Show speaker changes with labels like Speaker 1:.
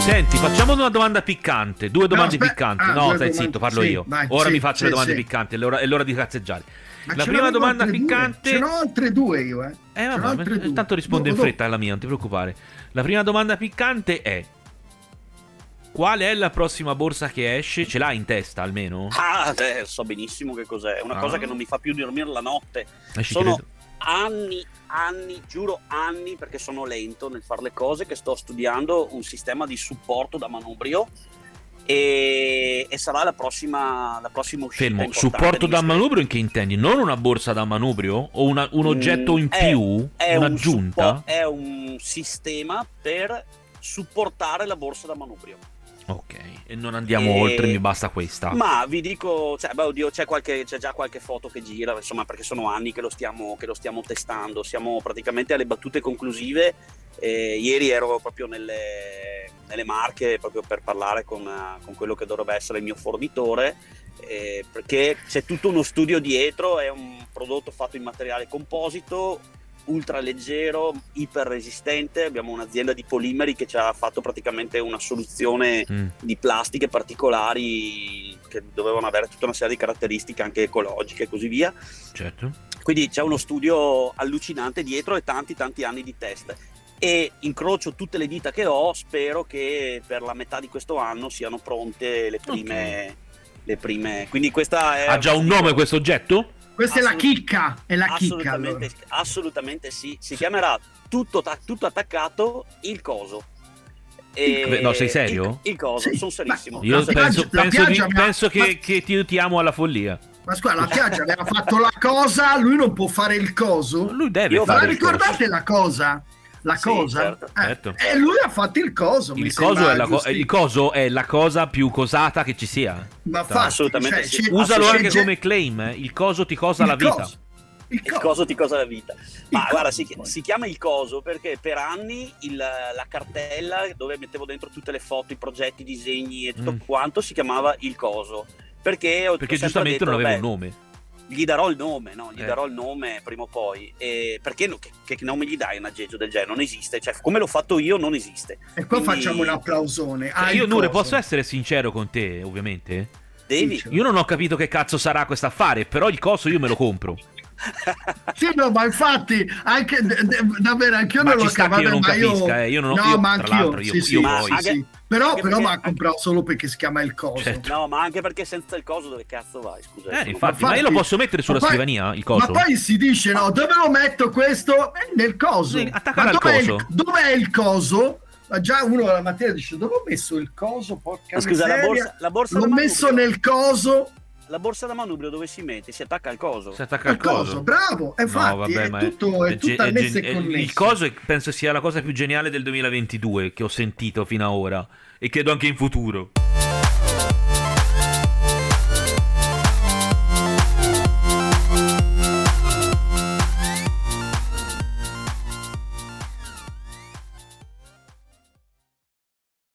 Speaker 1: Senti, facciamo una domanda piccante. Due domande
Speaker 2: aspe-
Speaker 1: piccanti. no,
Speaker 2: ah, due
Speaker 1: stai
Speaker 2: domande-
Speaker 1: zitto, parlo
Speaker 2: sì,
Speaker 1: io.
Speaker 2: vai,
Speaker 1: Ora
Speaker 2: sì,
Speaker 1: mi faccio
Speaker 2: sì,
Speaker 1: le domande
Speaker 2: sì.
Speaker 1: piccanti. È l'ora, è l'ora di cazzeggiare.
Speaker 2: Ma
Speaker 1: la
Speaker 2: Ah, ce
Speaker 1: prima
Speaker 2: n'avevo
Speaker 1: domanda
Speaker 2: altre due,
Speaker 1: piccante-
Speaker 2: Ce n'ho altre due io, eh.
Speaker 1: Eh,
Speaker 2: Ce n'ho
Speaker 1: vabbè,
Speaker 2: altre
Speaker 1: ma-
Speaker 2: due.
Speaker 1: tanto rispondo in
Speaker 2: Dopo-
Speaker 1: fretta alla mia, non ti preoccupare. La prima domanda piccante è: Qual è la prossima borsa che esce? Ce l'ha in testa almeno?
Speaker 3: Ah, te, so benissimo che cos'è. È una
Speaker 1: Ah.
Speaker 3: cosa che non mi fa più dormire la notte.
Speaker 1: Eh, ci
Speaker 3: Sono
Speaker 1: credo.
Speaker 3: anni, anni, giuro anni, perché sono lento nel fare le cose, che sto studiando un sistema di supporto da manubrio e, e sarà la prossima, la prossima uscita.
Speaker 1: Fermo,
Speaker 3: importante
Speaker 1: supporto
Speaker 3: di
Speaker 1: da
Speaker 3: questa-
Speaker 1: manubrio in che intendi? Non una borsa da manubrio? O una- un
Speaker 3: Mm,
Speaker 1: oggetto in
Speaker 3: è-
Speaker 1: più?
Speaker 3: È un
Speaker 1: Un'aggiunta?
Speaker 3: suppo- è un sistema per supportare la borsa da manubrio.
Speaker 1: Ok, e non andiamo
Speaker 3: E-
Speaker 1: oltre, mi basta questa.
Speaker 3: Eh, Ma vi dico, cioè, beh, oddio, c'è, qualche- c'è già qualche foto che gira, insomma, perché sono anni che lo stiamo, che lo stiamo testando. Siamo praticamente alle battute conclusive. Eh, ieri ero proprio nelle, nelle Marche proprio per parlare con, eh, con quello che dovrebbe essere il mio fornitore, eh, perché c'è tutto uno studio dietro, è un prodotto fatto in materiale composito, ultra leggero, iper resistente. Abbiamo un'azienda di polimeri che ci ha fatto praticamente una soluzione
Speaker 1: Mm.
Speaker 3: di plastiche particolari che dovevano avere tutta una serie di caratteristiche anche ecologiche e così via.
Speaker 1: Certo.
Speaker 3: Quindi c'è uno studio allucinante dietro e tanti tanti anni di test. E incrocio tutte le dita che ho, spero che per la metà di questo anno siano pronte le prime. Le prime. Quindi questa è.
Speaker 1: ha già un nome questo oggetto?
Speaker 2: Questa è la
Speaker 3: Assolut-
Speaker 2: chicca, è la chicca.
Speaker 3: Assolutamente,
Speaker 2: allora.
Speaker 3: assolutamente sì. Si chiamerà tutto, ta- tutto attaccato il coso. E-
Speaker 1: No, sei serio?
Speaker 3: Il, il coso,
Speaker 2: Sì.
Speaker 3: sono serissimo.
Speaker 2: Ma-
Speaker 1: Io
Speaker 2: La
Speaker 3: Sono
Speaker 2: piaggia-
Speaker 1: penso,
Speaker 2: la
Speaker 1: penso, di-
Speaker 2: piaggia mi ha-
Speaker 1: penso che,
Speaker 2: ma-
Speaker 1: che ti, ti amo alla follia.
Speaker 2: Ma scusa, la piaggia aveva fatto la cosa, lui non può fare il coso.
Speaker 1: Lui deve
Speaker 3: Io-
Speaker 2: Ma
Speaker 1: fare
Speaker 3: Guarda,
Speaker 1: il coso.
Speaker 2: ricordate la cosa? La
Speaker 3: Sì,
Speaker 2: cosa?
Speaker 3: certo,
Speaker 2: Eh,
Speaker 1: certo.
Speaker 2: E lui ha fatto il coso. mi
Speaker 1: Il
Speaker 2: sembra
Speaker 1: coso, è la co-
Speaker 2: giusto.
Speaker 1: il coso è la cosa più cosata che ci sia.
Speaker 2: Ma infatti,
Speaker 3: Assolutamente
Speaker 2: cioè,
Speaker 3: sì.
Speaker 2: c'è-
Speaker 1: Usalo
Speaker 2: c'è-
Speaker 1: anche
Speaker 2: c'è-
Speaker 1: come claim. eh. Il coso ti cosa
Speaker 2: il
Speaker 1: la vita.
Speaker 2: coso. Il
Speaker 3: Il
Speaker 2: coso.
Speaker 3: coso ti cosa la vita. Ma
Speaker 2: coso,
Speaker 3: guarda, si,
Speaker 2: poi.
Speaker 3: si chiama il coso perché per anni il- la cartella dove mettevo dentro tutte le foto, i progetti, i disegni e tutto
Speaker 1: Mm.
Speaker 3: quanto si chiamava il coso. Perché, ho- ho sempre
Speaker 1: Perché giustamente
Speaker 3: detto,
Speaker 1: non aveva
Speaker 3: "Beh,
Speaker 1: un nome.
Speaker 3: Gli darò il nome, no? Gli
Speaker 1: Eh.
Speaker 3: darò il nome prima o poi. E perché no- che, che nome gli dai un aggeggio del genere? Non esiste. Cioè, come l'ho fatto io, non esiste.
Speaker 2: E qua
Speaker 3: Quindi-
Speaker 2: facciamo un applausone. Ah,
Speaker 1: io,
Speaker 2: il
Speaker 1: Nure,
Speaker 2: coso.
Speaker 1: posso essere sincero con te, ovviamente?
Speaker 3: Devi.
Speaker 2: Sì,
Speaker 1: Io non ho capito che cazzo sarà questo affare, però il coso io me lo compro.
Speaker 2: Sì, no, ma infatti, anche d- d- davvero, anch'io
Speaker 1: Ma
Speaker 2: non
Speaker 1: ci
Speaker 2: lo
Speaker 1: sta che io
Speaker 2: vabbè,
Speaker 1: non
Speaker 2: ma
Speaker 1: capisca, eh, io non ho- io,
Speaker 2: ma
Speaker 1: tra l'altro, io-
Speaker 2: sì, sì,
Speaker 1: io
Speaker 2: ma
Speaker 3: poi.
Speaker 2: sì, sì. Però,
Speaker 3: Anche
Speaker 2: però
Speaker 3: perché-
Speaker 2: mi ha comprato solo perché si chiama il coso.
Speaker 1: Certo.
Speaker 3: No, ma anche perché senza il coso dove cazzo vai? Scusa.
Speaker 1: Eh,
Speaker 3: Sono-
Speaker 1: infatti, ma io
Speaker 2: Ma
Speaker 1: lo
Speaker 2: infatti-
Speaker 1: posso mettere sulla
Speaker 2: ma poi-
Speaker 1: scrivania il
Speaker 2: Ma
Speaker 1: coso?
Speaker 2: poi si dice, no, dove lo metto questo? Eh, nel coso.
Speaker 1: Sì, attaccare
Speaker 2: Ma
Speaker 1: al
Speaker 2: dov'è
Speaker 1: coso.
Speaker 2: il, dov'è il coso? Ma già uno la mattina dice, dove ho messo il coso? Porca
Speaker 3: Ma Scusa, la
Speaker 2: miseria.
Speaker 3: borsa, la borsa
Speaker 2: L'ho
Speaker 3: da
Speaker 2: messo
Speaker 3: manubrio-
Speaker 2: nel coso.
Speaker 3: La borsa da manubrio dove si mette? Si attacca al coso.
Speaker 1: Si attacca
Speaker 2: Al
Speaker 1: al
Speaker 2: coso.
Speaker 1: coso.
Speaker 2: bravo. E Eh, infatti, è, tutto, è,
Speaker 1: è ge-
Speaker 2: tutto
Speaker 1: è
Speaker 2: annesso
Speaker 1: gen-
Speaker 2: e
Speaker 1: è-
Speaker 2: connesso.
Speaker 1: Il coso è- penso sia la cosa più geniale del 2022 che ho sentito fino ad ora e credo anche in futuro.